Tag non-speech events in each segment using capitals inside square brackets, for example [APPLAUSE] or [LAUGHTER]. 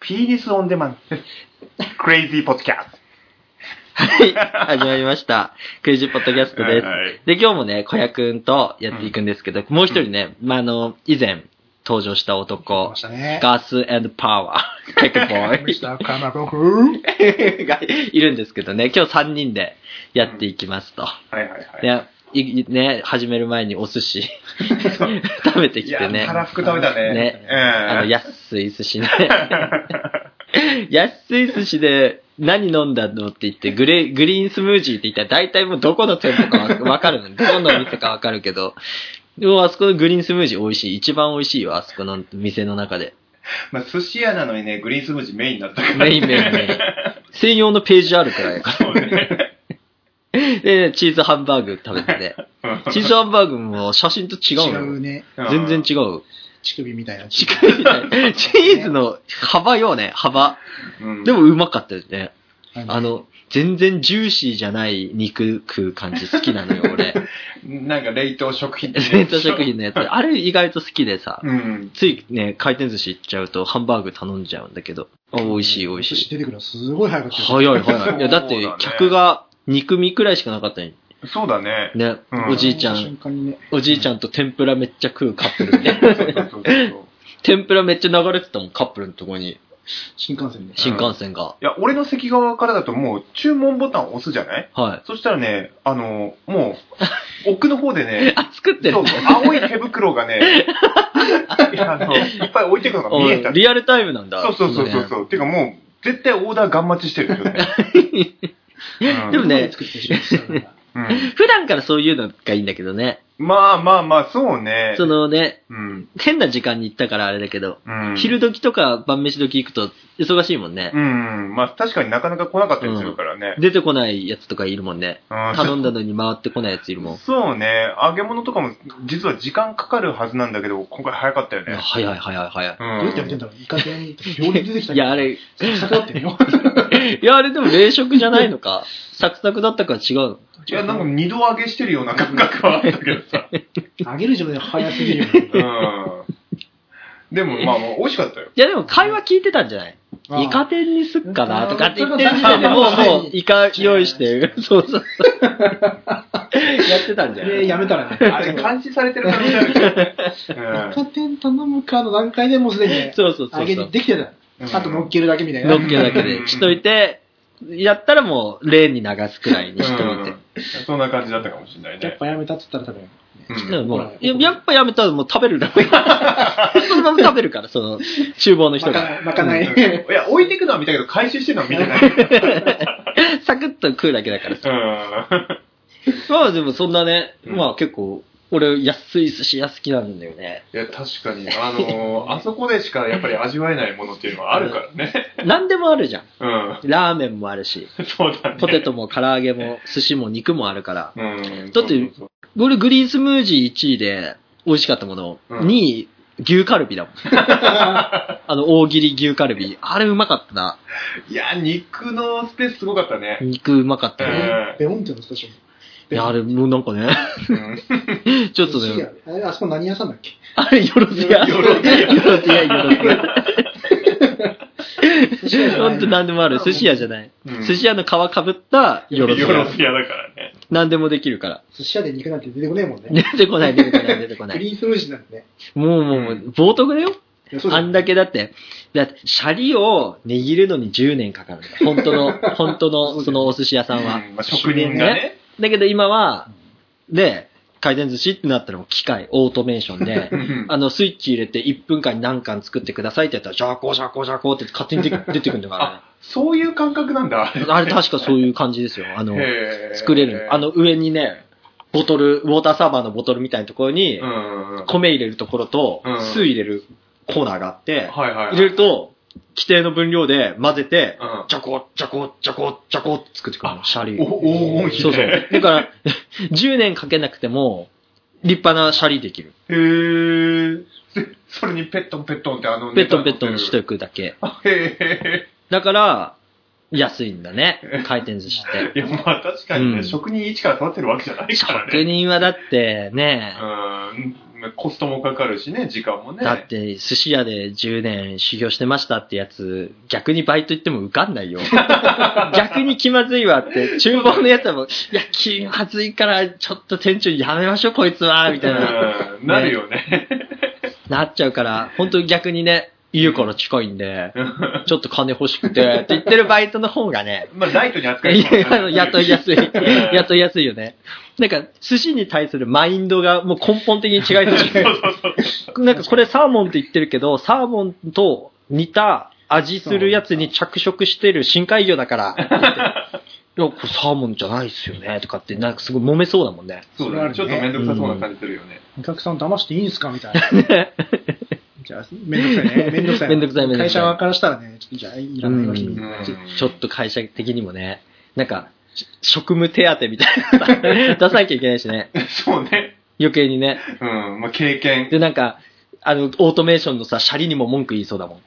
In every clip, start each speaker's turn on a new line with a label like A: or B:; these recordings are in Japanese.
A: ピーニスオンデマンド。クレイジーポッドキャスト。
B: はい。始まりました。クレイジーポッドキャストです。
A: はいはい
B: で、今日もね、小屋くんとやっていくんですけど、もう一人ね、まあ、あの、以前登場した
A: 来
B: 男
A: まし、たね。
B: ガスパワー、テクボ
A: [LAUGHS]
B: ーイ
A: ミスターカマコフ。
B: がいるんですけどね、今日3人でやっていきますと。
A: はいはいはい。
B: ね、いいね、始める前にお寿司 [LAUGHS] 食べてきてね。
A: いやたらふく食べたね
B: ね。
A: うん
B: あの、安い寿司ね。 [LAUGHS] 安い寿司で何飲んだのって言って、グレーグリーンスムージーって言ったら大体もうどこの店舗かわわかるの。どこのお店かわかるけど。でもあそこのグリーンスムージー美味しい。一番美味しいよ、あそこの店の中で。
A: まあ、寿司屋なのにね、グリーンスムージーメインだったから。
B: メインメインメ [LAUGHS] イン。専用のページあるくらいやか
A: そうね。
B: ら。で、チーズハンバーグ食べてて。 [LAUGHS] チーズハンバーグも写真と違うのよ。
C: 違うね。
B: 全然違 [LAUGHS] う。
C: 乳首みたいな。
B: チーズの幅よね、幅。
A: うん。
B: でもうまかったよね。あ
C: あの、
B: の、全然ジューシーじゃない肉食う感じ好きなのよ、
A: [LAUGHS]
B: 俺。
A: なんか冷凍食品ってね
B: 冷凍食品のやつ。あれ意外と好きでさ。
A: うん。
B: ついね、回転寿司行っちゃうとハンバーグ頼んじゃうんだけど。あ美味しい美味
C: 寿司
B: しい。
C: 出てくるのすごい早かったよ。
B: 早い早い。いや、だっ
A: [LAUGHS] そう
B: て
A: だね
B: 客が肉身くらいしかなかったのに。
A: そうだね。
B: ね
A: うん、
B: おじいちゃ
C: 瞬
B: ん、
C: 間にね。
B: おじいちゃんと天ぷらめっちゃ食うカップルみ
A: [LAUGHS]
B: たいな。
A: そうそうそうそう
B: 天ぷらめっちゃ流れてたもん、カップルのとこに。
C: 新幹線で。
B: 新幹線が。
A: いや、俺の席側からだともう注文ボタンを押すじゃない
B: はい。
A: そしたらね、あの、もう、奥の方でね、
B: [LAUGHS] あ、作ってる
A: そうそう、青い手袋がね、
B: [LAUGHS]
A: いやあのいっぱい置いてくのが見えた。
B: リアルタイムなんだ。
A: そうそうそうそう
B: の
A: そう。てかもう、絶対オーダーガン待ちしてるんですよね。うん
B: でもね
C: 作ってしまった。
A: うん
B: 辺。普段からそういうのがいいんだけどね。
A: まあまあまあ、そうね。
B: そのね、
A: うん。
B: 変な時間に行ったからあれだけど、
A: うん。
B: 昼時とか晩飯時行くと忙しいもんね。
A: うん。まあ確かになかなか来なかったりするからね。
B: 出てこないやつとかいるもんね。
A: うん
B: 頼んだのに回ってこないやついるもん。い
A: そうね。揚げ物とかも、実は時間かかるはずなんだけど、今回早かったよね。
B: や早い早い早
A: う
B: い。
A: ん
C: どうやってやってんだろうイカ天って秒で出てきた
B: いや、あれ、い
C: 下がって
B: [LAUGHS]
C: ねよ。
B: や、あれでも冷食じゃないのか。サクサクだったから違うの。
A: いや、なんか二度揚げしてるような感覚はあったけどさ。
C: 揚げる自分で早すぎるよね。
A: うん。でもまあ、美味しかったよ。
B: いや、でも会話聞いてたんじゃないイカ天にすっかなとかって言ってる時点でもう、もう、イカ用意して、そうそうそう。やってたんじゃない
C: で、やめたらね。
A: あれ、監視されてる可能性あるけどね。
C: イカ天頼むかの段階でもうすでにね、
B: そうそうそ
C: 揚
B: う
C: げ
B: そ
C: に
B: う。
C: できてた。
A: うん
C: あと乗っけるだけみたいな。
B: のっけだけでしといて、やったらもう、例に流すくらいにしといて。
A: うんそんな感じだったかもしれない
C: やっ
A: ね。
C: ぱやめたっつったら多分。
B: でも
A: う
B: も
C: ほ
B: う
C: ら
B: ややっぱやめたらもう食べるだけ。そのまま食べるから、その、厨房の人
C: まか
B: が。
C: ない、まかない。
A: んいや、置いてくのは見たけど、回収してるのは見てない。う
B: サクッと食うだけだからさ。
A: ん。
B: まあでもそんなね、
A: うん
B: まあ結構、俺安い寿司屋好きなんだよね。
A: いや、確かに、あのー、あそこでしかやっぱり味わえないものっていうのはあるからね。
B: 何でもあるじゃん。
A: うん。
B: ラーメンもあるし、
A: そうだね。
B: ポテ。トも唐揚げも寿司も肉もあるから。
A: うん。
B: だって
A: そう
B: 俺グリーンスムージー1位で美味しかったもの、
A: うん
B: 2位牛カルビだもん。あの大切り牛カルビ。あれうまかったな。
A: そうそういや、肉のスペースすごかったね。
B: 肉うまかったね。
A: う
C: [LAUGHS] ベロンってのスタジオ。
B: いや、あれもうなんかね、
A: ん。
B: ちょっと
C: 寿司
B: ね、
C: 屋あれあそこ何屋さんだっけ
B: あれよろずや。
A: よろずや
B: よろずや、よろずや。
C: 寿司屋じゃない
B: ほんと何でもある。寿司屋じゃない。
A: うん
B: 寿司屋の皮かぶったよろず
A: よろ。
B: や
A: ずやだからね。
B: 何でもできるから。
C: 寿司屋で肉なんて出てこねえもんね。
B: 出てこない、出てこない、出てこな
C: グ
B: い。
C: リーンスムージーなんてね。
B: もうもうもう、冒涜だよ。
C: いやそうだ
B: あ
C: よ
B: んだけだって、だって、シャリを握るのに10年かかるんだ。本当
A: [LAUGHS]
B: の、本当の、そのお寿司屋さんは。
A: うんまあ職人がね。
B: だけど今は、で、回転寿司ってなったらもう機械、オートメーションで、あの、スイッチ入れて1分間に何巻作ってくださいってやったら、じゃあこうじゃあこうじゃあこうって勝
A: [LAUGHS]
B: 手にで出てくるんだからね
A: あ。、そういう感覚なんだ。
B: [LAUGHS] あれ確かそういう感じですよ。あの、
A: へー
B: 作れるの。あ、の上にね、ボトル、ウォーターサーバーのボトルみたいなところに
A: う、んうんうん。
B: 米入れるところと
A: うん、
B: 酢入れるコーナーがあって、
A: はいはいはい。
B: 入れると、規定の分量で混ぜて
A: う、ん。
B: じゃこ、じゃこ、じゃこ、じゃこって作ってくるの、シャリ。
A: お、黄金比
B: そうそう。だから、10年かけなくても、立派なシャリできる。
A: へー。でそれにペットンペットンってあのネ
B: ペット
A: タに
B: ンペ
A: な
B: ットンして
A: る。
B: いくだけ。
A: あへ
B: だから、安いんだね。回転寿司
A: [LAUGHS]
B: っ
A: ー。いや、まあ確かに
B: うん
A: ね、職人一から育てるわけじゃな
B: て。
A: いから
B: 職
A: ね。
B: 人はだってね、
A: うん。コストもかかるしね、時間もね。
B: だって、寿司屋で10年修行してましたってやつ、逆にバイト行っても受かんな
A: [LAUGHS]
B: いよ。逆に気まずいわって、厨房のやつはもう、いや、気まずいから、ちょっと店長やめましょう、こいつは、みたいな、
A: うんなるよね。
B: なっちゃうから、本当に逆にね、家から近いんで、ちょっと金欲しくて、って言ってるバイトの方がね、
A: [LAUGHS] まあ、ライトに扱い
B: い
A: し
B: [LAUGHS]
A: ますから
B: や
A: ね
B: 雇いやすい。
A: ん
B: 雇いやすいよね。なんか、寿司に対するマインドがもう根本的に違いすぎる。なんかこれサーモンって言ってるけど、サーモンと似た味するやつに着色してる深海魚だ
C: [LAUGHS]
B: からって言って。いや、これサーモンじゃないっすよね、とかって、なんかすごい揉めそうだもんね。
A: そうだね。ちょっと面倒くさそうな感じするよね。
C: お客さん騙していいんすかみたいな。じゃあ、めんどくさいね。めんどくさい。
B: めんどくさいめんどくさい
C: 会社側からしたらね、ちょっとじゃあ、いらないわ、君
B: う
A: うんん
B: ちょっと会社的にもね、なんか、し職務手当みた
C: [LAUGHS]
B: いなのさ出さなきゃいけないしね。
A: そうね。
B: 余計にね。
A: うん。まあ、経験。
B: で、なんか、あの、オートメーションのさ、シャリにも文句言いそうだもん。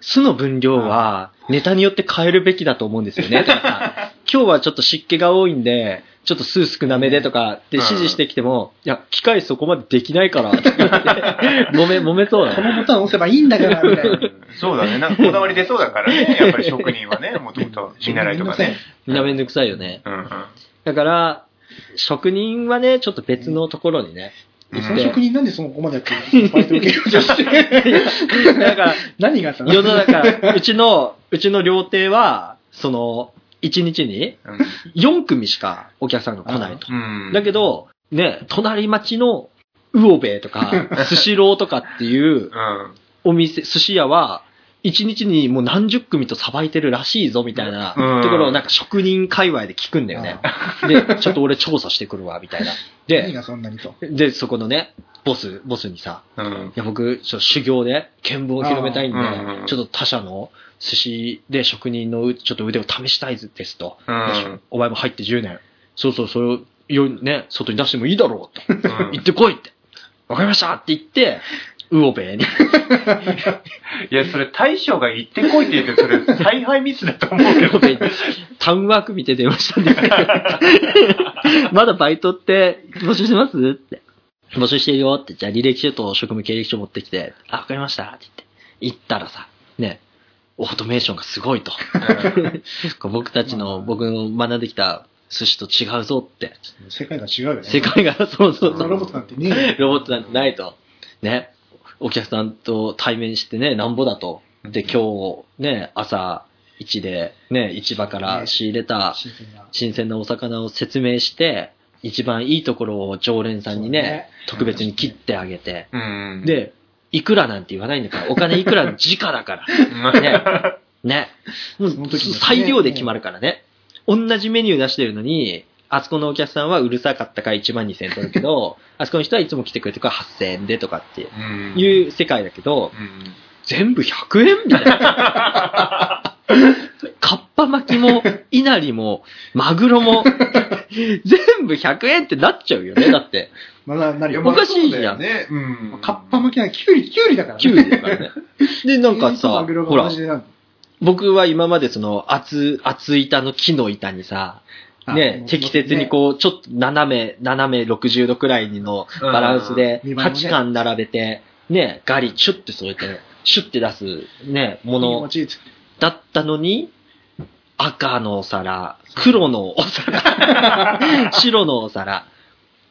B: 酢の分量は、ネタによって変えるべきだと思うんですよね、とかさ。今日はちょっと湿気が多いんで、ちょっと酢少なめでとかって指示してきても、いや、機械そこまでできないから、って言って揉め、揉めそうだ
C: こ
B: もん。
C: のボタン押せばいいんだから、みたいな。
A: そうだね。なんかこだわり出そうだからね。やっぱり職人はね、もともと見習いとかね。
B: みんなめんどくさいよね。
A: うんうん。
B: だから、職人はね、ちょっと別のところにね。
A: うん
C: その職人なんでそこまでやってるのバイト受けようとして。
B: だから、
C: 何があった [LAUGHS] の
B: 世の中、うちの、うちの料亭は、その、1日に4組しかお客さんが来ないと。
A: うん。
B: だけど、ね、隣町の魚べとか、
A: [LAUGHS]
B: スシローとかっていう
A: うん。
B: お店、寿司屋は、一日にもう何十組とさばいてるらしいぞ、みたいな
A: うん
B: ところをなんか職人界隈で聞くんだよね。で、 [LAUGHS] ちょっと俺調査してくるわ、みたいな。
C: 何
B: で、
C: がそんなにと。
B: で、そこのね、ボス、ボスにさ、
A: うん。
B: いや、僕、ちょっと修行で、見聞を広めたいんで、
A: あーうんうん
B: ちょっと他社の寿司で職人のうちょっと腕を試したいですと。
A: うん
B: お前も入って10年。そうそう、それを、よ、ね、外に出してもいいだろうと。
A: うん
B: 行ってこいって。わかりましたって言って、ウオベに。
A: いや、それ大将が行ってこいって言って、それ大敗ミスだと思うけ
B: ウオ
A: ど。
B: ベに。タウンワーク見て電話したんですけど。 [LAUGHS] まだバイトって募集してますって。募集してるよって。じゃあ履歴書と職務経歴書持ってきて。あ、わかりましたって言って。行ったらさ、ね、オートメーションがすごいと。こう僕たちの、僕の学んできた寿司と違うぞって。
C: 世界が違うよね。
B: 世界が、そうそうそう。
C: ロボットなんてねえよ。
B: ロボットなんてないと。ね。お客さんと対面してね、なんぼだと。 [LAUGHS] で、今日、ね、朝1で、ね、市場から仕入れた
C: 新鮮な
B: 新鮮なお魚を説明して、一番いいところを常連さんにね、特別に切ってあげて。
A: うん。
B: で、いくらなんて言わないんだから、お金いくらの時価だから。
A: うん、
B: ね。ね。もう
C: その時にね
B: 裁量で決まるからね。同じメニュー出してるのに、あそこのお客さんはうるさかったから1万2000円取るけど、あそこの人はいつも来てくれてるから8000円でとかって
A: うん。
B: いう世界だけど、
A: うん。
B: 全部100円みたいな。 [LAUGHS] かっぱ巻きも、いなりも、マグロも、全部100円ってなっちゃうよね、だって。
C: まだなるよ。
B: おかしいじゃん
A: ね。うん。
C: カッパ向きなキュウリ、キュウリだからね。
B: 9円だからね。 [LAUGHS] で、なんか
C: マ
B: さ
C: グロ、
B: ほ
C: が
B: ら
C: 同じ、値段
B: 僕は今までその厚、厚板の木の板にさ、
C: あ
B: ね
C: も、う
B: 適切にこう、ちょっと斜め、斜め60度くらいの
A: うん
B: バランスで、
C: 見栄えもね
B: 8巻並べて、ね、ガリ、シュッて添えて、シュッて出す、ね、も
C: いい
B: の
C: 餅つ
B: だったのに、赤のお皿、黒のお皿、白のお皿、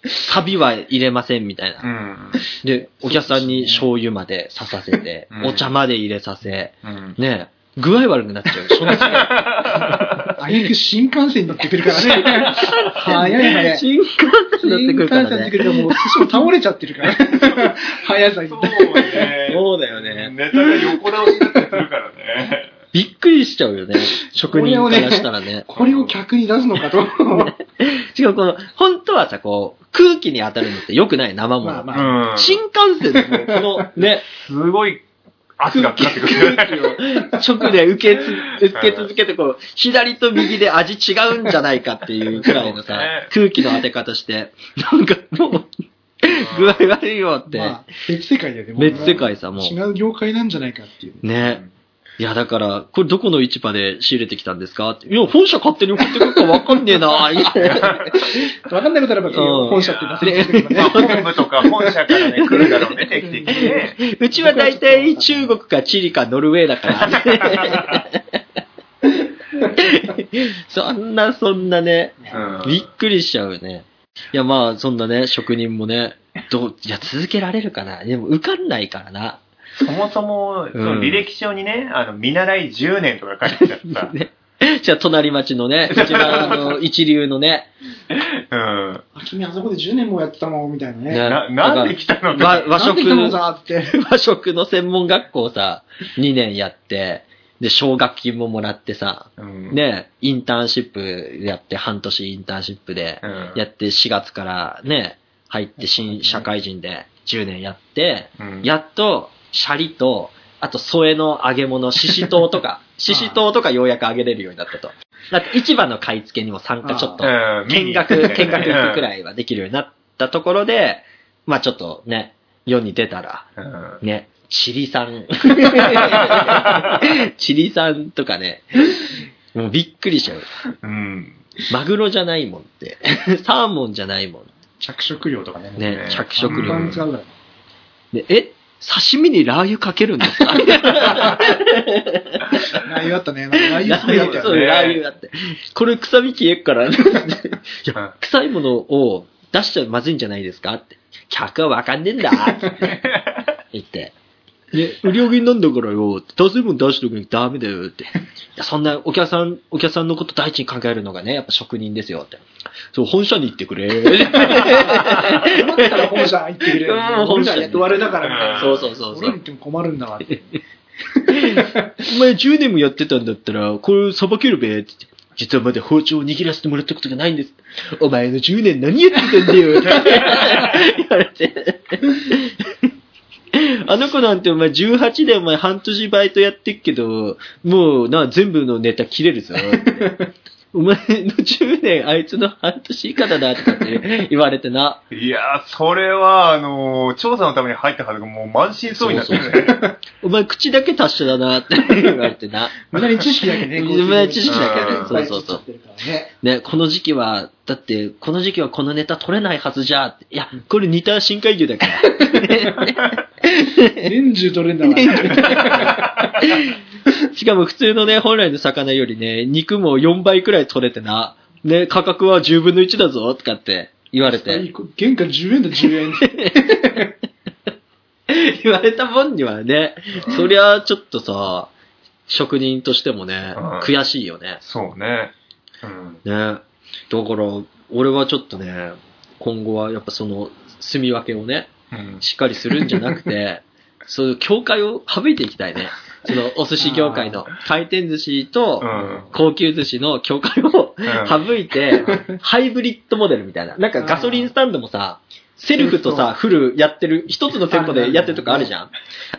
B: サビは入れませんみたいな
A: う。ん。
B: で、お客さんに醤油まで刺させて
A: う、ん
B: お茶まで入れさせ、
A: うん。
B: ね、具合悪くなっちゃう。その時
C: あいにく新幹線に乗ってくるから
B: [LAUGHS]
C: ね。早いね。
B: 新幹線乗ってくるから
C: 新幹線乗って
B: ね。
C: くるともう寿司も倒れちゃってるから。
B: [LAUGHS]
C: 早さに。
A: そう
C: う
A: ね。
B: そうだよね。
A: ネタが横倒しになったりするからね。
B: びっくりしちゃうよね。職人からしたらね。
C: これを客に出すのかと。
B: しかもこの、本当はさ、こう、空気に当たるのって良くない生もの。
C: まあまあ
A: うん。
B: 新幹線でもこのね、
A: すごい圧が
B: 空
A: か
B: 気
A: かってくる。
B: 空気を直で受けつ受け続けて、こう、左と右で味違うんじゃないかっていうくらいの
A: そう
B: さ
A: ね、
B: 空気の当て方して、なんかもう、具合悪いよって
C: ま。あ別世界だよね。もう
B: 別世界さ、も
C: 違う業界なんじゃないかっていう。
B: う。ね。いや、だから、これどこの市場で仕入れてきたんですかっていや、本社勝手に送ってくるかわかんねえな
C: [LAUGHS] わかんないことあれば、
B: うん
C: 本社って出せるけどね。
A: 本部とか本社からね、来るだろうね、定期的にね。
B: うちは大体中国かチリかノルウェーだから。
C: [LAUGHS]
B: そんな、そんなね、
A: うん
B: びっくりしちゃうね。いや、まあ、そんなね、職人もね、どう、いや、続けられるかな。でも、受かんないからな。 [LAUGHS]
A: そもそも、その履歴書にね、あの、見習い10年とか書いてあったさ。
B: [LAUGHS] ねじゃあ、隣町のね、一番あ
A: [LAUGHS]
B: の、一流のね、
A: うん。
C: あ君あそこで10年もやってたのみたいなね。
B: ね
A: な、なんで来たの
B: わ和
C: なん
B: 食
C: で来たのさって。
B: 和食の専門学校さ、2年やって、で、奨学金ももらってさ、
A: うん。
B: ね、インターンシップやって、半年インターンシップで
A: う、ん。
B: やって4月からね、入って新社会人で10年やって、
A: うん、
B: やっと、シャリと、あと、添えの揚げ物、ししとう
A: [LAUGHS]
B: とか、ししとうとかようやく揚げれるようになったと。だって、市場の買い付けにも参加ちょっと
A: うん、
B: 見学、見学行くく
A: い。
B: らいはできるようになったところで、まあちょっとね、世に出たら、
A: うん。
B: ね、チリ
A: [LAUGHS]
B: さん。チリさんとかね、もうびっくりしちゃう。
A: うん。
B: マグロじゃないもんって。サーモンじゃないもん。
C: 着色料とかね。
B: ね
A: ね、
B: 着色
C: 一般
B: 料
C: に。使うから。
B: でえ刺身にラー油かけるんですか
C: ラー油あったね。なんかラー
B: ラ
C: 油すごいあっ
B: ー油
C: たよ
B: そ
C: ね。
B: う [LAUGHS] ラー油だって。これ臭み消えっから、
A: うん
B: 臭いものを出しちゃまずいんじゃないですかって。客はわかんねえんだって [LAUGHS] 言って。で、売り上げになんだからよ、出せるもん出しとくにダメだよって。いや、そんなお客さん、お客さんのこと第一に考えるのがね、やっぱ職人ですよって。そう、本社に行ってく [LAUGHS] れ。
C: 困ったら本社行ってくれよ
B: うん。
C: 本社雇われだから。
B: そうそうそうそ
C: 俺に
B: う。
C: 言っても困るんだわって。
B: お前10年もやってたんだったら、これさばけるべって。実はまだ包丁を握らせてもらったことがないんです。お前の10年何やってたんだよ。 [LAUGHS] 言われて。あの子なんてお前18でお前半年バイトやってっけど、もうな、全部のネタ切れるぞ。お前の10年あいつの半年以下だなとかって言われてな。
A: いやー、それは、あのー調査のために入ったはずが、もう満身創痍になってるね。
B: お前口だけ達者だなって言われてな。
C: 無駄に知識だけ
B: [LAUGHS]
C: ね。
B: 無駄に知識
A: だけね
C: ん
B: そうそうそう
C: いっぱい知っちゃってるからね。
B: ね、この時期は、だって、この時期はこのネタ取れないはずじゃ、いや、これ似た深海魚だから。
C: 年中取れんだから。
A: [LAUGHS]
B: しかも普通のね、本来の魚よりね、肉も4倍くらい取れてな、ね、価格は10分の1だぞ、とかって言われて、
C: 原価10円だ、10円。
B: [LAUGHS] 言われたもんにはね、そりゃちょっとさ、職人としてもね
A: うん、
B: 悔しいよね。
A: そうね。うん。
B: ね。だから、俺はちょっとね、今後はやっぱその、住み分けをね、
A: うん。
B: しっかりするんじゃな
A: [LAUGHS]
B: くて、そういう境界を省いていきたいね。その、お寿司業界の、回転寿司と
A: う、ん。
B: 高級寿司の境界を省いて、ハイブリッドモデルみたいな。なんかガソリンスタンドもさ、セルフとさ、フルやってる、一つの店舗でやってるとかあるじゃん。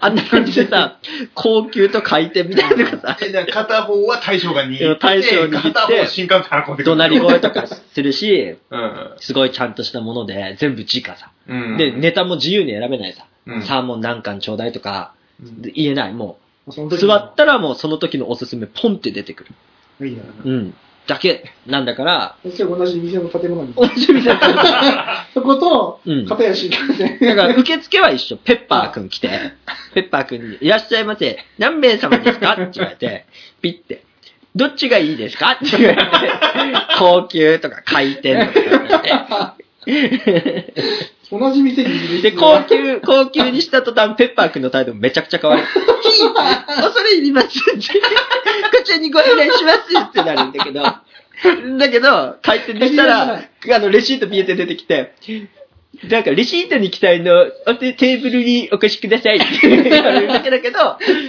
B: あんな感じでさ、高級と回転みたいなのがさ、
A: え、だから片方は大将が握って、
B: 大将握って
A: 片方新幹線運んでく
B: 怒
A: る。
B: 鳴り声とかするし、
A: うん。
B: すごいちゃんとしたもので、全部直さ。
A: うん。
B: で、ネタも自由に選べないさ。
A: うん、
B: サーモン何貫ちょうだいとか、言えない。もう、
C: その時
B: 座ったらもうその時のおすすめポンって出てくる。
C: いいな。
B: うん。だけなんだから、
C: そして同じ店の建物に。
B: おじみさんと、
C: そこと、
B: うん。だ
C: 片や新幹線。
B: から受付は一緒。ペッパーくん来て、 [LAUGHS] ペッパーくんに、いらっしゃいませ。何名様ですかって言われて、ピッて。どっちがいいですかって言われて、 [LAUGHS] 高級とか回転とか言われて。
C: [LAUGHS] 同じ店にいる
B: で、高級、高級にした途端、ペッパーくんの態度めちゃくちゃ変わる。ヒー恐れ入ります。こちらにご依頼しますってなるんだけど。だけど、回転でしたら、あの、レシート見えて出てきて、なんか、レシートに記載のお手テーブルにお越しくださいって言われるだけだけど、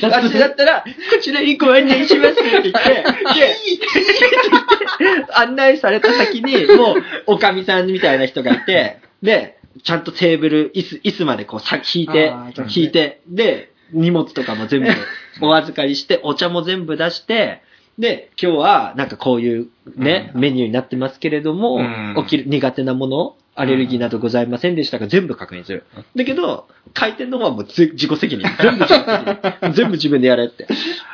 B: 私だったら、こちらにご案内しますって言って、で、 [LAUGHS] 案内された先に、もう、おかみさんみたいな人がい
C: [LAUGHS]
B: て、で、ちゃんとテーブル、椅子、椅子までこうさ、引いて
C: あーちゃんとね、
B: 引いて、で、荷物とかも
C: [LAUGHS]
B: 全部お預かりして、お茶も全部出して、で、今日は、なんかこういうね、
C: うん
B: メニューになってますけれども、
A: うん
B: おき苦手なものアレルギーなどございませんでしたが、全部確認する。だけど、回転の方はもうぜ自己責任。全部自己責任。全部自分でやれって。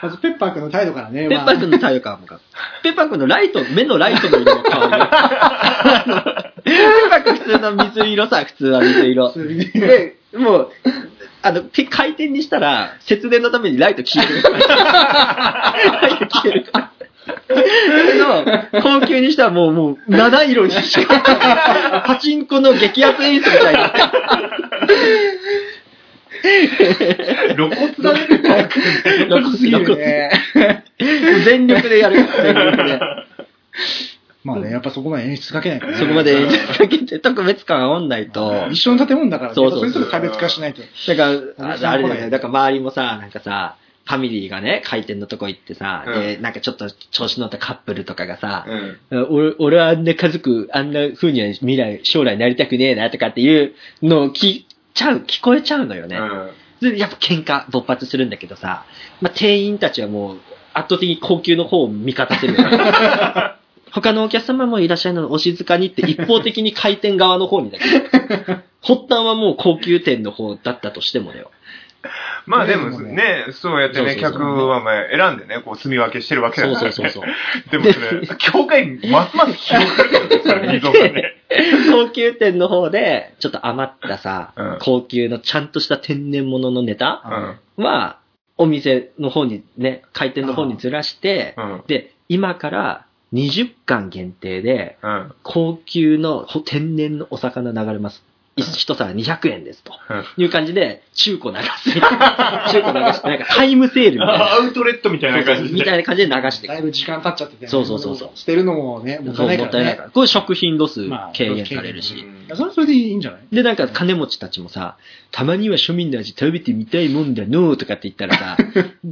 C: まずペッパー君の態度からね。
B: ペッパー君の態度からもか。ペッパー君のライト、目のライトの色の顔で。あのペッパー君普通の水色さ、普通は水色。
C: 君。
B: で、もう、あの、ピ回転にしたら、節電のためにライト消え [LAUGHS] る。ライト消えるから。それの、高級にしたらもう、もう、七色にして、パチンコの激アツ演出みたいな。
A: 露骨だね。
C: 露骨すぎるね。
B: 全力でやる。全力 [LAUGHS] で。
C: まあね、やっぱそこまで演出かけないからね
B: そこまで演出かけて特別感あんないと。
C: 一緒の建物だからね、
B: そう
C: やっ
B: そ
C: ぱ
B: う
C: そ
B: そう
C: れぞれ差別化しないと。
B: だから、
C: おじ
B: あ
C: さん
B: あれ
C: 来な
B: だ
C: い
B: よね。だから周りもさ、なんかさ、ファミリーがね、回転のとこ行ってさ、で、なんかちょっと調子乗ったカップルとかがさ、
A: うん。
B: 俺俺はあんな家族、あんな風には未来、将来なりたくねえなとかっていうのを聞いちゃう、聞こえちゃうのよね。
A: うん
B: でやっぱ喧嘩勃発するんだけどさ、まあ、店員たちはもう圧倒的に高級の方を味方するよ
A: [LAUGHS]
B: ね。他のお客様もいらっしゃるのでお静かにって一方的に回転側の方にだけど、
A: [LAUGHS]
B: 発端はもう高級店の方だったとしてもだよ。
A: まあでも
C: ね
A: ね、そうやってね、
B: そうそうそう
A: 客はまあ選んでね、こう、住み分けしてるわけだ
B: そ
A: か
B: う
A: ら。
B: そうそうそう。
A: でもそ [LAUGHS] れ、教会ますます広がるよね、それ、依存がね。
B: [LAUGHS] 高級店の方で、ちょっと余ったさ、
A: うん
B: 高級のちゃんとした天然物のネタ [LAUGHS]
A: うん。
B: は、お店の方にね、回転の方にずらして、
A: うん。
B: で、今から20巻限定で、
A: うん。
B: 高級のほ天然のお魚流れます。一一皿200円ですと。いう感じで、中古流す [LAUGHS] みたいな。中古流して、なんかタイムセールみたいな。
A: アウトレットみたいな感じ
B: み
A: で。
B: たいな感じで流していく
C: だいぶ時間経っちゃってて、
B: そうそうそうそう
C: 捨てるのもね、もったいないからね。
B: これ食品ロス
C: まあ
B: 軽減されるし。
A: うん
C: いやそれはそれでいいんじゃない
B: で、なんか金持ちたちもさ、たまには庶民の味食べてみたいもんだのーとかって言ったら [LAUGHS] さ、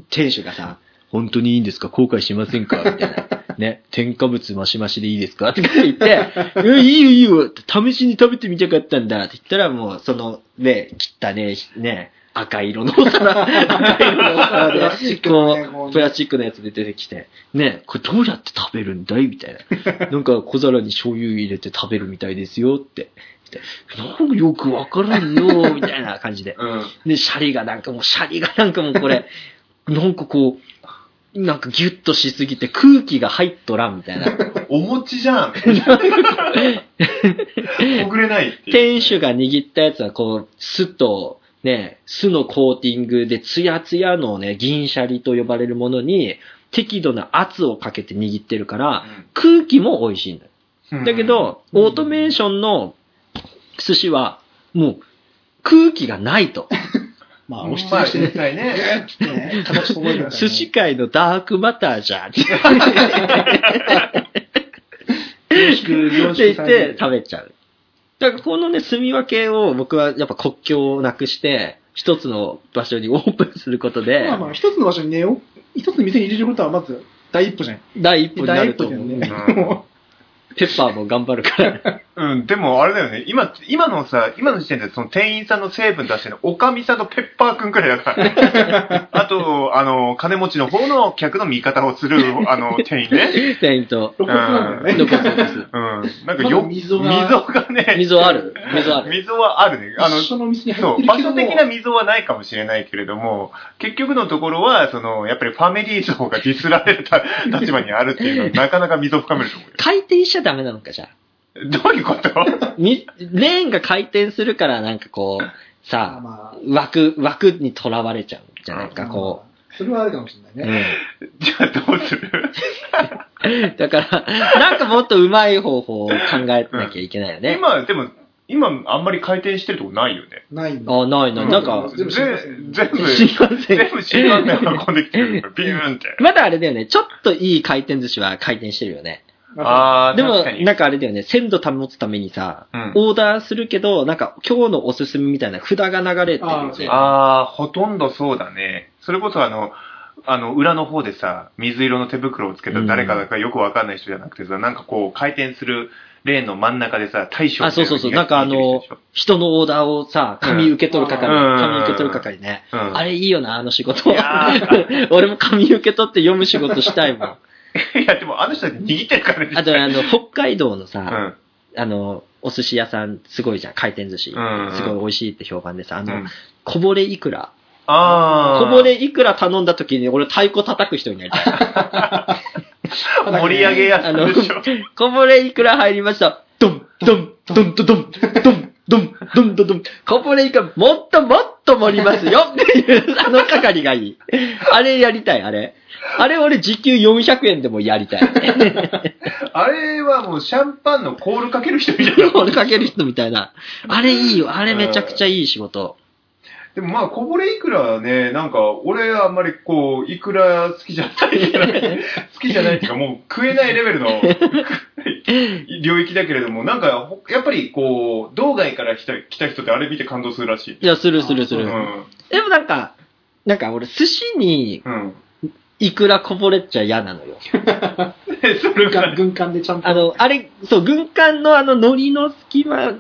B: 店主がさ、本当にいいんですか後悔しませんかみたいな。 [LAUGHS] ね、添加物マシマシでいいですかとかって言って、 [LAUGHS] うんいいよいいよ、試しに食べてみたかったんだって言ったらもう、その、ね、切ったね、ね、赤色のお皿、赤色のお皿
C: [LAUGHS]
B: で、
C: プラスチックのね
B: こ
C: こ
B: う、
C: う
B: プラスチックのやつで出てきて、ね、これどうやって食べるんだいみたいな。なんか小皿に醤油入れて食べるみたいですよって。なんかよくわからんのみたいな感じで。
A: うん。
B: で、シャリがなんかもう、シャリがなんかもうこれ、なんかこう、なんかギュッとしすぎて空気が入っとらんみたいな。
A: お餅じ
B: [LAUGHS]
A: ゃん。ほぐれないっていう。
B: 店主が握ったやつはこう、酢と、ね、酢のコーティングでツヤツヤのね、銀シャリと呼ばれるものに、適度な圧をかけて握ってるから、空気も美味しいんだよ
A: うん
B: だけ、ど、
C: うん
B: オートメーションの寿司は、もう、空気がないと。
C: まあ、
A: うん
C: 押しつぶしてね、
A: [LAUGHS] まあ実際ね。
C: つってね形整えるから
B: [LAUGHS]
C: ね
B: 寿司界のダークマターじゃん。って
C: 凝縮凝
B: 言
C: 縮
B: っ
C: され
B: て食べちゃう。だからこのね、住み分けを僕はやっぱ国境をなくして、一つの場所にオープンすることで
C: まあ、まあ、一つの場所にね、お一つの店に入れることはまず第一歩じゃない。
B: 第一歩にな
C: 第
B: る
C: 一歩
B: と
C: じゃ
B: 思う
C: な
A: う
C: い。ね。
A: ん
C: も
B: ペッパーも頑張る
C: [LAUGHS]
B: から。
A: うん、でもあれだよね、今、今のさ、今の時点でその店員さんの成分出してるの、おかみさんとペッパーくんくらいだ
C: [LAUGHS]
A: から。あと、あの、金持ちの方の客の味方をする、あ
C: [LAUGHS]
A: の、店員ね。
B: 店員と。
C: う露骨なんだよね。
B: 残そ
C: [LAUGHS]
B: うです。
A: うん。なんか
C: まだ
A: よ、
C: 溝が
A: 溝がね、
B: 溝ある溝ある。
A: 溝はあるね。あの、
C: 一緒の店に入っ
A: そ
C: て
A: う、
C: る
A: 場
C: けど
A: 所
C: も
A: 的な溝はないかもしれないけれども、結局のところは、その、やっぱりファミリー層がディスられた立場にあるっていうのは、なかなか溝を深めると思
B: 回転しちゃダメなのか、じゃ
A: う
B: あ。
C: [LAUGHS]
A: よ。どういうこと
B: み、レーンが回転するからなんかこう、
C: まあ
B: さ、
C: ま
B: 枠、枠にとらわれちゃうんじゃないです
C: あ、
B: か、こ。
C: う。それはあるかもしれないうね。
A: じゃあどうする
B: うんだから、なんかもっと上手い方法を考えなきゃいけないよね。
A: 今、でも、今、あんまり回転してるとこないよね。
C: ないんだ。
B: あ、ないない。なん
A: う
B: か、
A: ぜ
C: 全部新幹線
A: 全部、
B: 新
A: 全部新
B: 幹線。
A: 幹線運んできてる
B: [LAUGHS]
A: から、ビューンって。
B: まだあれだよね、ちょっといい回転寿司は回転してるよね。
C: あ
A: あー、
B: でも
A: 確か、に。
B: なんかあれだよね、鮮度保つためにさ、
A: うん
B: オーダーするけど、なんか今日のおすすめみたいな札が流れてるよね。
A: あー、ほとんどそうだね。それこそあの、あの、裏の方でさ、水色の手袋をつけた誰かだかよくわかんない人じゃなくてさ、なんかこう、回転するレーンの真ん中でさ、大将
B: あ、そうそうそう。なんかあの、人のオーダーをさ、紙受け取る係、
A: うん
B: 紙受け取る係ね。
A: うん
B: あれいいよな、あの仕事
A: いや。
B: [LAUGHS] 俺も紙受け取って読む仕事したいも
A: [LAUGHS]
B: ん。
A: いや、でもあの人たち握ってるからね。
B: あと、あの、北海道の
A: う
B: さ、
A: ん。
B: あの、お寿司屋さん、すごいじゃん、回転寿司。
A: うんうん
B: すごい美味しいって評判でさ、あ
A: う
B: の、
A: ん。
B: こぼれいくら。
A: ああ。
B: こぼれいくら頼んだ時に俺太鼓叩く人になりたい。
A: 盛り上げや
B: あ
A: す
B: の
A: いでしょ。、
B: こぼれいくら入りました。ドン、ドン、ドン、ドン、ドン、ドン、ドン、ドン、ドン、ドン、こぼれいくら、もっともっと盛りますよっていう、あの係がいい。あれやりたい、あれ。あれ俺時給400円でもやりたい。
A: あれはもうシャンパンのコールかける人みたい
B: [LAUGHS]
A: な。
B: 俺かける人みたいな。あれいいよ、あれめちゃくちゃいい仕事。
A: でもまあ、こぼれいくらはね、なんか、俺あんまりこう、いくら好きじゃ
B: [LAUGHS]
A: ない。好きじゃないっていうか、もう食えないレベルの [LAUGHS] 領域だけれども、なんか、ほやっぱりこう、道外から来た来た人ってあれ見て感動するらしい。
B: いや、するするす
A: う
B: る。
A: ん。
B: でもなんか、なんか俺寿司に
A: うん。
B: いくらこぼれちゃ嫌なのよ。
A: でそれが、
C: 軍艦でちゃんと。
B: あの、あれ、そう、軍艦のあの海苔の隙間、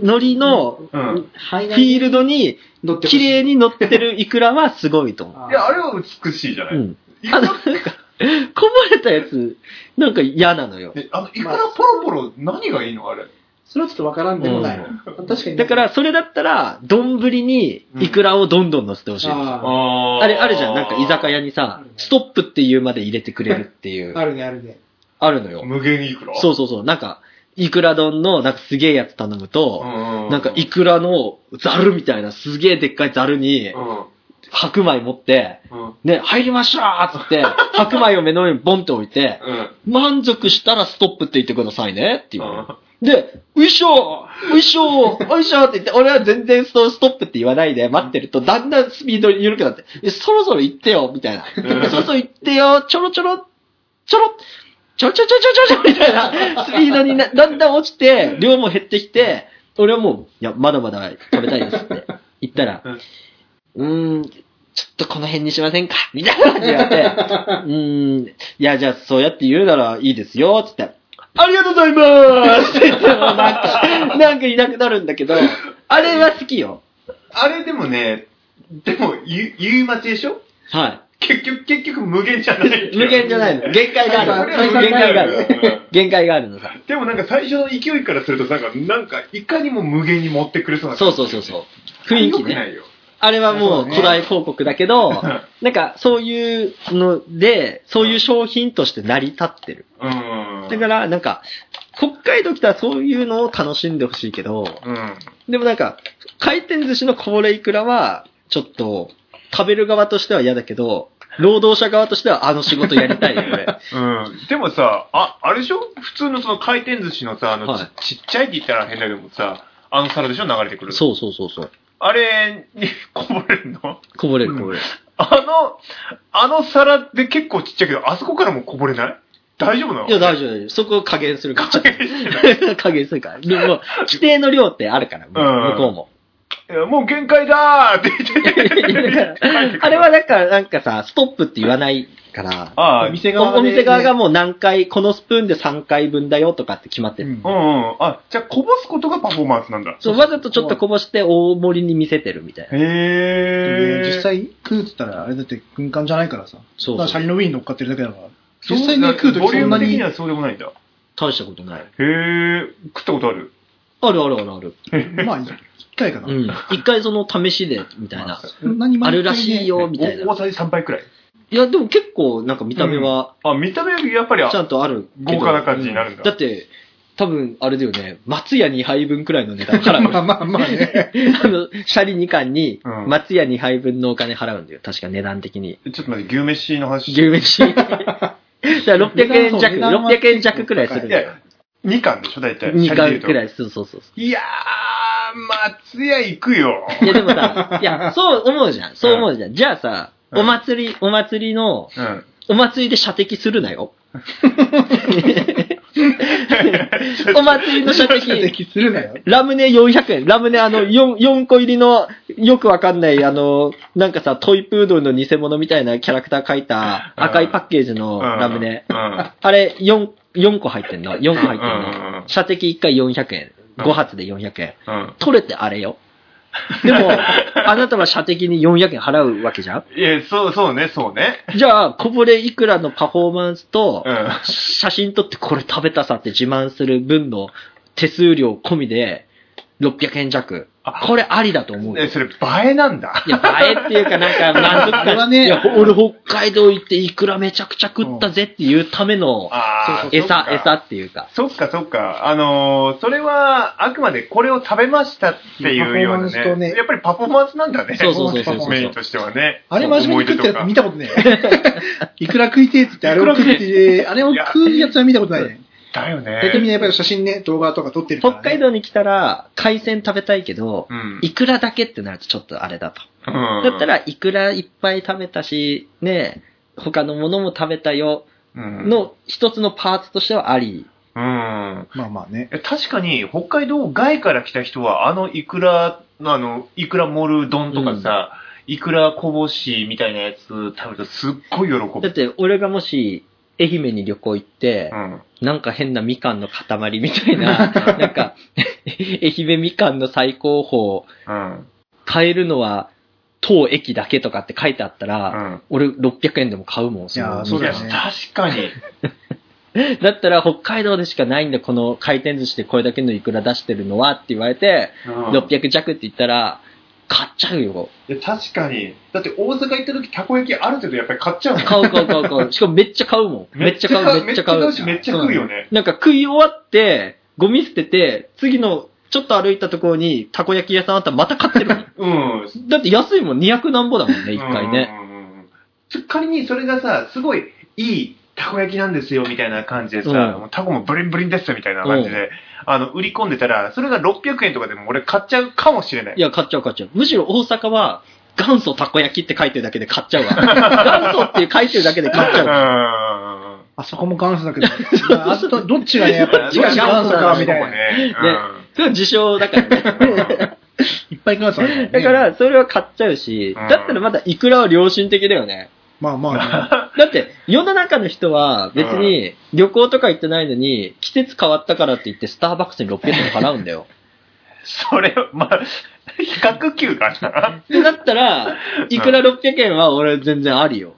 B: 海苔の
A: うん。
C: フ
B: フィールドに
C: 乗って
B: 綺麗に乗ってるイクラはすごいと思
A: いや、あ
C: れ
A: れは美しいじゃな
B: う。う
A: い。
B: ん。
A: いく
B: あの、
A: ら
B: なんか、こぼれたやつ、なんか嫌なのよ。
A: えあの、いくらポロポロ何がいいのあれ。
C: それはちょっとわからんでもない。
B: う
C: 確かに。
B: だから、、それだったら、丼にイクラをどんどん乗せてほしいです。
C: あ
A: あ
B: あれ、あるじゃん。なんか居酒屋にさ、ストップっていうまで入れてくれるっていう、
C: あるね、あるね。
B: あるのよ。
A: 無限いくら
B: そうそうそう。なんか、イクラ丼の、なんかすげえやつ頼む
A: う
B: と、
A: ん。
B: なんかイクラのザルみたいなすげえでっかいザルに
A: うん。
B: 白米持って、
A: うん。
B: ね、入りましょうっつって、白米を目の上にボンって置いて、
A: うん。。
B: 満足したらストップって言ってくださいねっていううんで、ういしょういしょういしょって言って、俺は全然そうストップって言わないで待ってると、だんだんスピード緩くなって、えそろそろ行ってよみたいな。
A: うん
B: そろそろ行ってよちょろちょろ、ちょろ、ちょろちょろちょろちょろちょろみたいなスピードにな、だんだん落ちて、量も減ってきて、俺はもう、いや、まだまだ食べたいですって言ったら
A: うん、
B: うーん、ちょっとこの辺にしませんかみたいな感じでやって、うーん、いや、じゃあそうやって言うならいいですよ、つって。ありがとうございますって言ってもなんか、 [LAUGHS] なんかいなくなるんだけど、あれは好きよ。
A: あれでもね、でも、ゆ、言い待ちでしょ
B: は
A: 結局、結局無限じゃない
B: い。。 [LAUGHS] 無限じゃないの。限界がある。
A: それは
B: 限界がある。
A: うん
B: 限界があるのさ。
A: でもなんか最初の勢いからすると、なんか、なんか、いかにも無限に持ってくれそうな
B: そ
A: 感
B: う
A: じ。
B: そうそうそう。雰囲
A: 良
B: 気
A: くな
B: ね。
A: いよ。
B: あれはもう
C: そうね
B: 古代広告だけど、 [LAUGHS] なんかそういうので、そういう商品として成り立ってる。
A: うん。
B: だからなんか、北海道来たらそういうのを楽しんでほしいけど、
A: うん。
B: でもなんか、回転寿司のこぼれいくらは、ちょっと、食べる側としては嫌だけど、労働者側としてはあの仕事やりたいよ、俺。
A: うん。でもさ、あ、あれでしょ普通のその回転寿司のさ、あの、
B: はい
A: ちちっちゃいって言ったら変だけどもさ、あの皿でしょ流れてくる。
B: [LAUGHS] そうそうそうそう。
A: あれに [LAUGHS] こぼれるの
B: こぼれる、こぼれる。
A: あの、あの皿で結構ちっちゃいけど、あそこからもこぼれ [LAUGHS] ない大丈夫なの
B: いや、大丈夫、大丈夫。そこを加減するから。
A: 加減して
B: [LAUGHS] 加減するから。で [LAUGHS] も、規定の量ってあるから、
A: ん
B: 向こうも。
A: いやもう限界だーって言って。
B: だから [LAUGHS] あれはだから、なんかさ、ストップって言わないから、
A: ああ、
C: お店側
B: お
C: で
B: お店側がもう何回、このスプーンで3回分だよとかって決まって
C: う
B: る。
C: ん
A: うんうん。あ、じゃあこぼすことがパフォーマンスなんだ。
B: そう、わざとちょっとこぼして大盛りに見せてるみたいな。
A: へえ。
C: 実際食うって言ったら、あれだって軍艦じゃないからさ。
B: そう
C: た
B: そう
C: だ車輪の上に乗っかってるだけだから。
A: そう、
C: 実際に食うと
A: ボ
C: き
A: リュ
C: そ
A: ー
C: んな
A: ム的
C: に
A: に。はそうでもないんだ。
B: 大したことない。
A: へえ。食ったことある
B: あるあるあるある。
C: まあ、一回かな。
B: うん。一回その試しで、みたい
C: まあ
B: な。
C: そんなに
B: あ
C: 毎
B: る
C: 回ね
B: らしい。よ、みたい
A: お
B: な
A: 大。さじ3杯くらい。
B: いや、でも結構なんか見た目は、
A: あ、見た目やっぱり、
B: ちゃんとあるけど。
A: 豪華な感じになるんだ
B: うだって、多分、あれだよね、松屋2杯分くらいの値段払う
C: ま
A: [LAUGHS]
B: よ。
C: あまあまあね。
B: あの、シャリ2貫に
A: う、ん
B: 松屋2杯分のお金払うんだよ。確か値段的に。
A: ちょっと待って、牛飯の話。
B: 牛
A: [LAUGHS]
B: 飯。だから600円弱、
C: 値段は
B: 600円弱くらいするん
A: い
B: だよ。
A: や、2貫でしょ、大体。
B: 2貫くら
A: い。
B: い、そうそうそう。
A: いやー、松屋行くよ。
B: いやでもさ、いや、そう思うじゃん。そう思うじゃん。じゃあさ、
A: うん
B: お祭り、お祭りの、
A: うん。
B: お祭りで射的する
A: [LAUGHS]
B: なよ。お祭りの射
C: [LAUGHS] 射
A: [LAUGHS]
B: 的。
C: 的するなよ。
B: ラムネ400円。ラムネあの、4、4個入りの、よくわかんない、あの、なんかさ、トイプードルの偽物みたいなキャラクター描いた赤いパッケージのラムネ。
A: うん。
B: あれ、4、4個入ってんの ?4 個入ってん
A: うんうんう
B: の
A: ん
B: 射的1回400円。
A: うん
B: 5発で400円。
A: うん。
B: 取れてあれよ。
A: [LAUGHS]
B: でも、あなたは射的に400円払うわけじゃん
A: いや、そう、そうね、そうね。
B: じゃあ、こぼれいくらのパフォーマンスと
A: う、ん。
B: 写真撮ってこれ食べたさって自慢する分の手数料込みで600円弱。
A: あ
B: これありだと思うよ。
A: え、それ映えなんだ。
B: いや、映えっていうかなんか、満足
C: これは
B: 感。
C: ね
A: [LAUGHS]
B: いや、俺北海道行ってイクラめちゃくちゃ食ったぜっていうための
A: ああ、そっ
B: 餌
A: か、
B: 餌っていうか。
A: そっかそっか。あのーそれは、あくまでこれを食べましたっていうような
C: パフォーマンスと
A: ね。
C: ね
A: やっぱりパフォーマンスなんだね。
B: そうそうそうそう
C: そ
B: そうう。
A: メインとしてはね。
C: あれ真面目に食ったやつ見
A: た。
C: たことねえ。いくら食いてえっつって、あれを食って、あれを食うやつは見たことないね。
A: だよ
C: 大体みんな
A: ね。
C: やっぱり写真ね、動画とか撮ってるから、ね。
B: 北海道に来たら海鮮食べたいけど
A: う、ん。
B: イクラだけってなるとちょっとあれだと。
A: うん
B: だった、ら、イクラいっぱい食べたし、ね、他のものも食べたよ
A: うん、
B: の一つのパーツとしてはあり。
A: うん。
C: まあまあね。
A: え確かに、北海道外から来た人は、あのイクラの、あの、イクラ盛る丼とかさ、イクラこぼしみたいなやつ食べるとすっごい喜ぶ。
B: だって、俺がもし、愛媛に旅行行って、
A: うん。
B: なんか変なみかんの塊みたいな、なんか、愛媛みかんの最高峰、
A: うん。
B: 買えるのは、当駅だけとかって書いてあった
A: う
B: ら、
A: ん。
B: 俺600円でも買うもん、の
C: いやーそう
A: い
C: だ
A: や、
C: よね
A: 確かに。
B: だったら北海道でしかないんだ、この回転寿司でこれだけのイクラ出してるのはって言われて、
A: うん
B: 600弱って言ったら、買っちゃうよ。
A: いや確かに。だって大阪行った時、たこ焼きある程度やっぱり買っちゃうも
B: [LAUGHS]
A: ん。
B: 買う買う買う買う。しかもめっちゃ買うもん。めっちゃ買う、めっちゃ買
A: め
B: う
A: っ。しめっちゃ食うよね。
B: なんか食い終わって、ゴミ捨てて、次のちょっと歩いたところにたこ焼き屋さんあったらまた買って
A: [LAUGHS]
B: るもん。
A: うん。
B: だって安いもん、200何ぼだもんね、一回ね。
A: うんうんうんうん。つ仮にそれがさ、すごいいいたこ焼きなんですよみたいな感じでさ、
B: うん
A: もうタコもブリンブリンですよみたいな感じで、あの、売り込んでたら、それが600円とかでも俺買っちゃうかもしれない。
B: いや、買っちゃう買っちゃう。むしろ大阪は、元祖たこ焼きって書いてるだけで買っち
A: [LAUGHS]
B: ゃうわ。元祖って書いてるだけで買っちゃう。
A: ゃ
C: あそこも元祖だけど、まああとどっちがね、やっぱ
A: う
C: り、
A: ん。
B: [LAUGHS]
C: どっちが元祖かみたいな。
A: ね。
B: それは自称だからね。
C: いっぱい元祖だ,、ね、
B: だか、ら、それは買っちゃうし、
A: うん
B: だったらまだいくらは良心的だよね。
C: まあまあ、ね、
B: だって、世の中の人は別に旅行とか行ってないのに、季節変わったからって言ってスターバックスに600円払うんだよ。
A: [LAUGHS] それ、まあ、 [LAUGHS] 比較級かな。
B: でだったら、いくら600円は俺全然ありよ。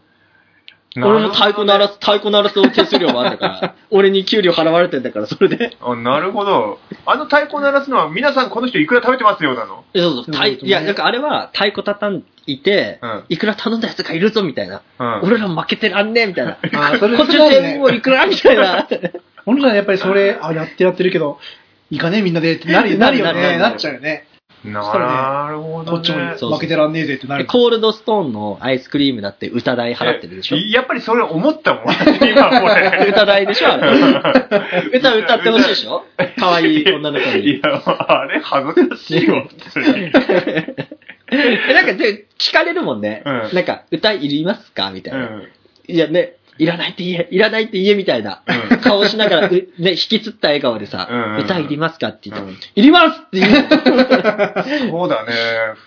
B: 俺の太鼓鳴らす、太鼓鳴らす手数料もあるんだ [LAUGHS] から、俺に給料払われてんだから、それで。
A: あなるほど。あの太鼓鳴らすのは、皆さんこの人いくら食べてますよなの。
B: えそうそう、太
C: なるほどね
B: いや、なんかあれは太鼓叩いて、
A: うん
B: いくら頼んだやつがいるぞ、みたいな。
A: うん。
B: 俺ら負けてらんねえ、みたいな。
C: あーそれ
B: こっち
C: それある
B: で
C: ね
B: も [LAUGHS] ういくらみたいな。
C: 本来やっぱりそれ、あ、やってやってるけど、いいかねみんなでってなるなるよ
B: なるな
C: ね。
B: る
C: なっちゃうよね。
A: なるほど、ね。
C: こっちも
B: そう
C: 負けてらんねえぜってなる。
B: コールドストーンのアイスクリームだって歌代払ってるでしょ
A: えやっぱりそれ思ったもん。 [LAUGHS] 今こ
B: [LAUGHS]
A: れ。
B: 歌代でしょあれ歌歌ってほしいでしょ [LAUGHS] 可愛い女の子
A: いや、
B: に。
A: あれ恥ずかしいよ、普通
B: [LAUGHS]
A: に。
B: えなんかで、聞かれるもんね。
A: うん
B: なんか、歌いりますかみたいうな。
A: ん。
B: いやね、いらないって言え、いらないって言えみたいな
A: うん
B: 顔し
A: [LAUGHS]
B: ながら、うね、引きつった笑顔でさ、
A: うん
B: 歌いりますかって言って、 [LAUGHS]
A: うん
B: いりますって言
A: [LAUGHS]
B: うの。
A: そうだ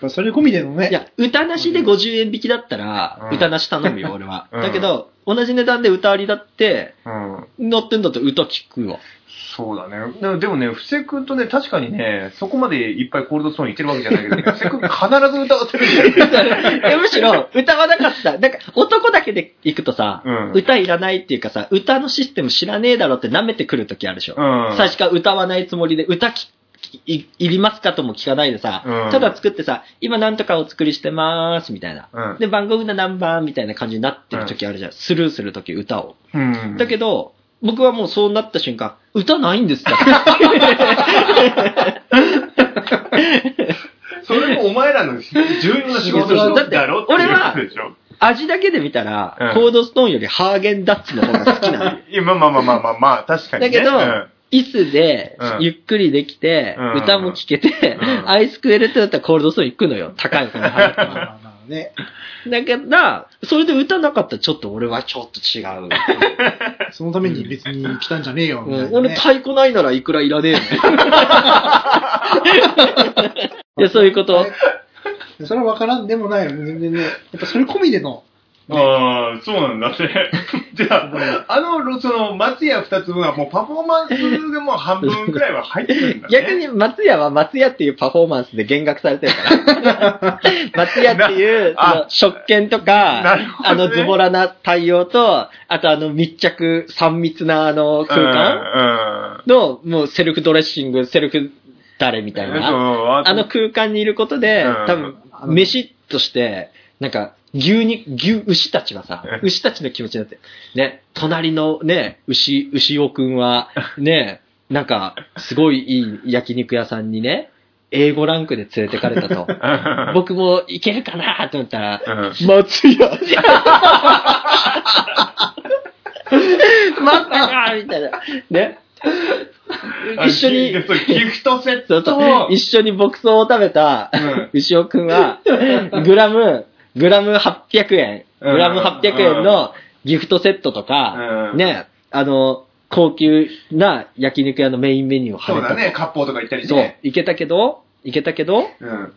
A: ね。
C: それ込みでのね。
B: いや、歌なしで50円引きだったら、
A: うん
B: 歌なし頼
A: [LAUGHS]
B: むよ、俺は。
A: うん
B: だけど、同じ値段で歌ありだって、
A: うん。
B: 乗ってんだと歌聞く
A: [LAUGHS]
B: わ。
A: そうだね。でもでもね、布施君とね、確かにね、そこまでいっぱいコールドストーン行ってるわけじゃないけどね、布施君必ず歌わせるんだよね。
B: えむしろ、歌わなかった。なんか、男だけで行くとさ、
A: うん
B: 歌いらないって [LAUGHS] いうかさ、歌のシステム知らねえだろって舐めてくるときあるでしょ。
A: うん。
B: 最初から歌わないつもりで、歌き、いいりますかとも聞かないでさ、
A: うん
B: ただ作ってさ、今なんとかお作りしてまーす、みたいな。
A: うん
B: で、番号の何番みたいな感じになってる時あるじゃん。スルーする時歌を。
A: うん。
B: だけど、僕はもうそうなった瞬間、歌ないんで
A: [LAUGHS]
B: すか
A: [LAUGHS] それもお前らの重要な仕事なんだろっていうやつでしょ。
B: 味だけで見たら、
A: うん
B: コードストーンよりハーゲンダッツの方が好きなの。
A: [LAUGHS] いやまあまあまあまあまあ、まあ、確かに、
B: だ
A: ね。
B: けど
A: うん、
B: 椅子で
A: うん、
B: ゆっくりできて、
A: うん
B: 歌も聴けて、
A: うん
B: アイス食えるってなったらコールドストーン行くのよ。高いお金払って
C: まあ
B: も
C: まあまあね。
B: だけど、それで歌なかったらちょっと俺はちょっと違う。
C: そのために別に来たんじゃねえよ、みたいな、
B: 俺
C: ね。
B: 太鼓ないならいくらいら [LAUGHS] ねえよ。いや、そういうこと。
C: [LAUGHS] それは分からんでもないよね。全然ね。やっぱそれ込みでの。 [LAUGHS]
A: ああ、そうなんだね。 [LAUGHS] じゃあ、あの、その、松屋二つ分はもうパフォーマンスでもう半分くらいは入ってるんだ、ね。
B: 逆に松屋は松屋っていうパフォーマンスで減額されてる [LAUGHS] から。松屋っていう、
A: なあ
B: その食券と
A: な
B: か、
A: るほ
B: あ
A: どね
B: のズボラな対応と、あとあの密着、3密なあの空間
A: 間
B: の、もうセルフドレッシング、セルフタレみたい
A: そう
B: な。あの空間にいることで
A: うん、
B: 多分、飯として、なんか、牛に、牛、牛たちがさ
A: うん、
B: 牛たちの気持ちになって、ね、隣のね、牛、牛尾くんは、ね、なんか、すごいいい焼肉屋さんにね、英語ランクで連れてかれ
A: [LAUGHS]
B: たと。僕も行けるかなと思ったら、
A: うん
B: 松 [LAUGHS] 屋まさかみたいな。ね。一緒に
A: あ、そうギフトセッ
B: そう
A: ト
B: そう
A: と、
B: 一緒に牧草を食べた
A: うん
B: 牛尾くん
A: [LAUGHS]
B: は、グラム、グラム800円、グラム800円のギフトセットとか
A: う、ん
B: ね、あの、高級な焼肉屋のメインメニューを
A: そうだ
B: 食べ
A: ね、割烹とか行った
B: た。
A: り
B: そう
A: ね。、
B: いけたけど、いけたけど、
A: うん。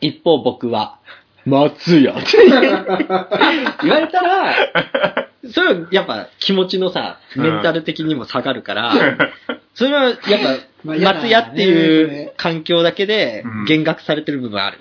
B: 一方僕は、松
A: [LAUGHS]
B: 屋って言われたら、それはやっぱ気持ちのさ、メンタル的にも下がるから、それはやっぱ
C: まあ嫌だね
B: 松屋っていう環境だけで
A: うん
B: 減額されてる部分ある。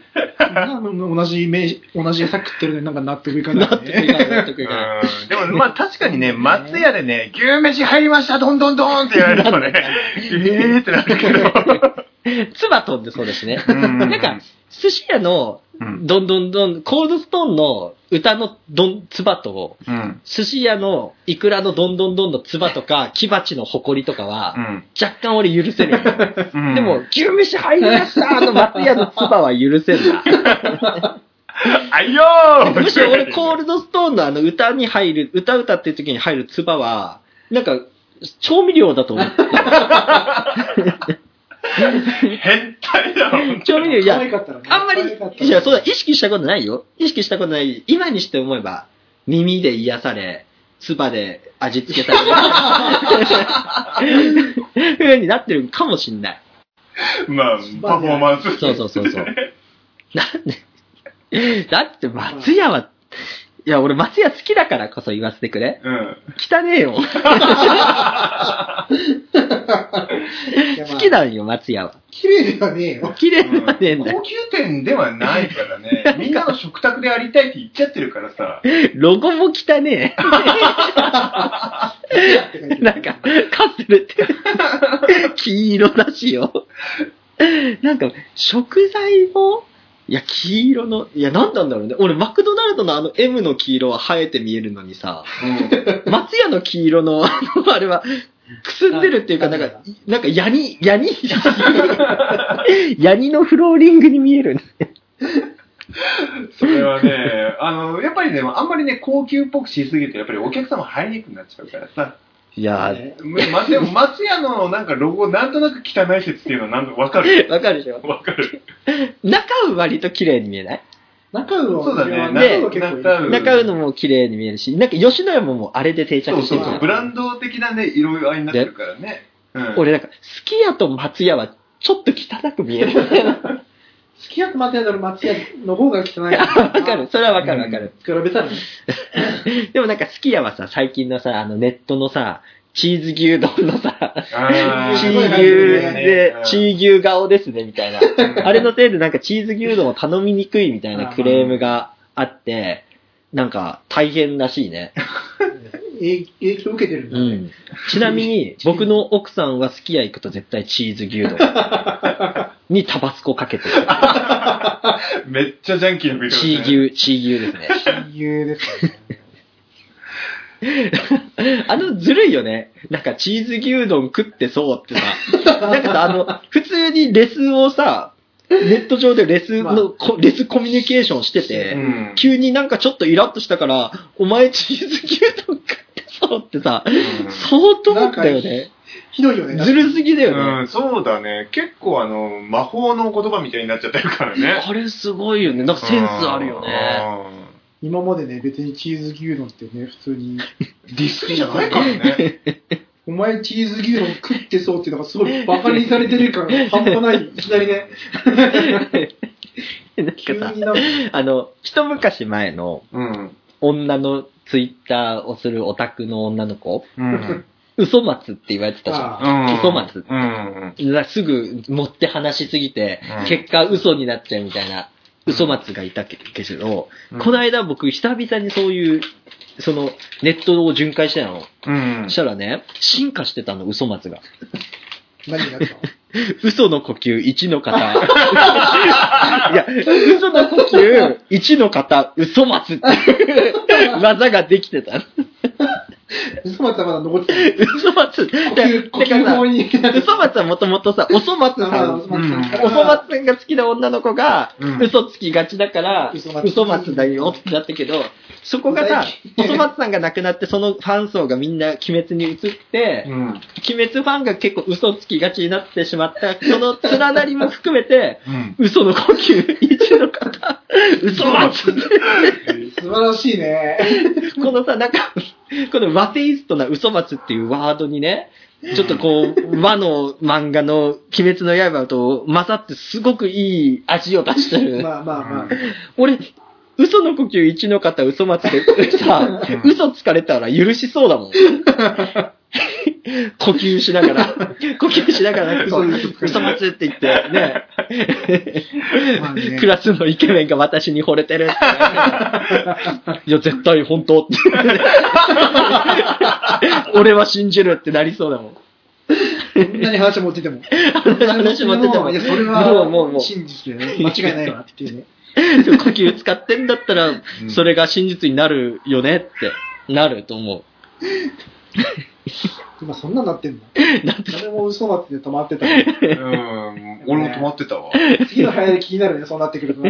C: な同じ名、同じ餌食ってるのになんか納得いかない、ね。
B: 納得いかない納得いかない
A: うんでも、まあ確かにね、松屋でね、牛飯入りました、どんどんどんって言われるとね、えーってなるけど。
B: 唾飛んでそうだしね。
A: うん
B: なんか、寿司屋の
A: うん。
B: どんどんどん、コールドストーンの歌のどん、唾と、
A: うん。
B: 寿司屋のイクラのどんどんどんの唾とか、木鉢の埃とかは、若干俺許せるよ。
A: うん。
B: でも、、牛飯入りましたの松屋の唾は許せんな。
A: あいよー
B: [LAUGHS] むしろ俺、コールドストーンのあの歌に入る、歌歌ってる時に入る唾は、なんか、調味料だと思う。
A: 変態だろ。
B: 調味料、い
C: 可
B: や、
C: 愛かったらね。
B: あんまり
C: 可愛かった、ら
B: いや、そうだ、意識したことないよ。意識したことない。今にして思えば、耳で癒され、唾で味付けたり、ふうになってるかもしんない。
A: まあ、パフォーマンス。
B: そうそうそうそう。なんで、だって松屋は、いや、俺松屋好きだからこそ言わせてくれ。
A: うん。
B: 汚ねえよ。
C: いやまあ
B: 好きなんよ、松屋は。
C: 綺麗ではねえよ。
B: 綺麗ではねえん
A: 高
B: だよ。
A: 級店ではないから
B: [LAUGHS]
A: ね。みんなの食卓でありたいって言っちゃってるからさ。
B: ロゴも汚ねえ。 [LAUGHS] なんか、カステルって、黄色だしよ。なんか、食材も、いや、黄色の、いや、なんなんだろうね。俺、マクドナルドのあの M の黄色は生えて見えるのにさ、松屋の黄色の、あの、あれは、くすんでるっていうか、なんか、なんか、ヤニ、ヤニ、 [LAUGHS] ヤニのフローリングに見える。
A: それはね、あの、やっぱりね、あんまりね、高級っぽくしすぎると、やっぱりお客様入りにくくなっちゃうからさ。
B: いや
C: ね
A: ま、でも、松屋のなんかロゴ、なんとなく汚い説っていうのはなんかわかる。
B: ー、わかるでしょ
A: わかる。
B: 中は割と綺麗に見えない
C: 中尾は、
A: そうだね
C: 中尾は結
A: 中
C: 構
A: 尾
C: いい。
B: 中うのも綺麗に見えるし、なんか吉野家ももうあれで定
A: そ
B: 着
A: う
B: して
A: そ
B: る
A: う
B: じ
A: そ
B: ゃ
A: う。
B: ん
A: ブ。ランド的なね、色合いになってるからね。うん、
B: 俺なんか、すき家と松屋はちょっと汚く見
A: [LAUGHS]
B: える。
C: すき焼き松屋だろ松屋の方が汚い。
B: わかる。。それはわかるわかる。
C: 比べたらね。
B: でもなんかすき家はさ、最近のさ、あのネットのさ、チーズ牛丼のさ、チ
A: あー
B: ー牛
C: すごい入ってるね
B: で
A: う、ん
B: チー牛顔ですね、みたいな。あれのせいでなんかチーズ牛丼を頼みにくいみたいなクレームがあって、なんか大変らしいね。
C: 影影響受けてるんだ
B: う
C: ね。
B: ん。ちなみ
A: [LAUGHS]
B: に、僕の奥さんはすき家行くと絶対チーズ牛丼にタバスコかけてる。
A: めっちゃジャンキーなビデオ、
B: チ
A: ね。
B: ー牛、チー牛ですね。
C: 親友ですよね。
B: あの、ずるいよね。なんか、チーズ牛丼食ってそうってさ。なんかさ、あの、普通にレスをさ、ネット上でレスの、こレスコミュニケーションしてて、
A: うん
B: 急になんかちょっとイラッとしたから、お前チーズ牛丼食ってそうってさ、相当だったよね。
C: ひどいよね。
B: ずるすぎだ
A: う
B: よね。
A: ん、うんそうだね。結構あの、魔法の言葉みたいになっちゃってるからね。
B: あれすごいよね。なんかセンスあるよね。
A: ね。
C: 今までね、別にチーズ牛丼ってね、普通に、
A: ディスりじゃないからね。
C: お前チーズ牛丼食ってそうっていうのがすごいバカにされてる感が半端ない。いきなりね、
B: [LAUGHS] なん
C: 急に
B: か
C: なん
B: さ、
C: か、
B: あの、一昔前の
A: うん。
B: 女のツイッターをするオタクの女の子、
A: うん。
B: 嘘松って言われてたじゃん。
C: あ
A: うん。
B: 嘘松
A: うん。
B: なすぐ持って話しすぎて、
A: うん
B: 結果嘘になっちゃうみたいな、
A: うん
B: 嘘松がいたけけど、
A: うん
B: この間僕久々にそういう、その、ネットを巡回してたの。
A: うん
B: そし。たらね、進化してたの、嘘松が。
C: 何になったの
B: 嘘の呼吸1の
A: [LAUGHS]
B: 方。いや、嘘の呼吸1の方、嘘松っていう [LAUGHS] 技ができてたの。
C: 嘘松はまだ残って
B: 嘘松。
C: た。呼
B: だ
C: 吸、呼吸法に。
B: だからさ嘘松はもともとさ、おそ松さん。おそ松さんが好きな女の子が
A: う、ん
B: 嘘つきがちだから、
C: 嘘松
B: 嘘松だよってなったけど、そこがさ、お
C: 最近
B: そ松さんが亡くなって、そのファン層がみんな鬼滅に移って、
A: うん。
B: 鬼滅ファンが結構嘘つきがちになってしまった、その連なりも含めて、
A: うん。
B: 嘘の呼吸、一の方、嘘松って、
C: 素晴らしいね。
B: このさ、なんか、この和テイストな嘘松っていうワードにね、ちょっとこう、和の漫画の鬼滅の刃と混ざってすごくいい味を出してる。
C: まあまあまあ。
B: 俺、嘘の呼吸一の方嘘松ってさ、嘘つかれたら許しそうだ
C: [LAUGHS]
B: もん。呼吸しながら、呼吸しながら、嘘
C: 嘘嘘
B: 嘘松って言って、ね、
C: まあね
B: クラスのイケメンが私に惚れてる
C: [LAUGHS]
B: ってねいや、絶対本当って。俺は信じるってなりそうだもん。
C: そんなに話持ってても。
B: [LAUGHS] 話持ってても
C: いや、それ
B: もうもうもう
C: は真実だよね。間違いないわっていうね。
B: 呼吸使ってんだったら、
A: うん
B: それが真実になるよねって、なると思
C: 今そんなん
B: [LAUGHS]
C: なってんの
B: う。なって
C: 俺も嘘松で止まってたけど
A: うん。俺も止まってたわ。
C: 次の流行り気になるね、そうなってくると。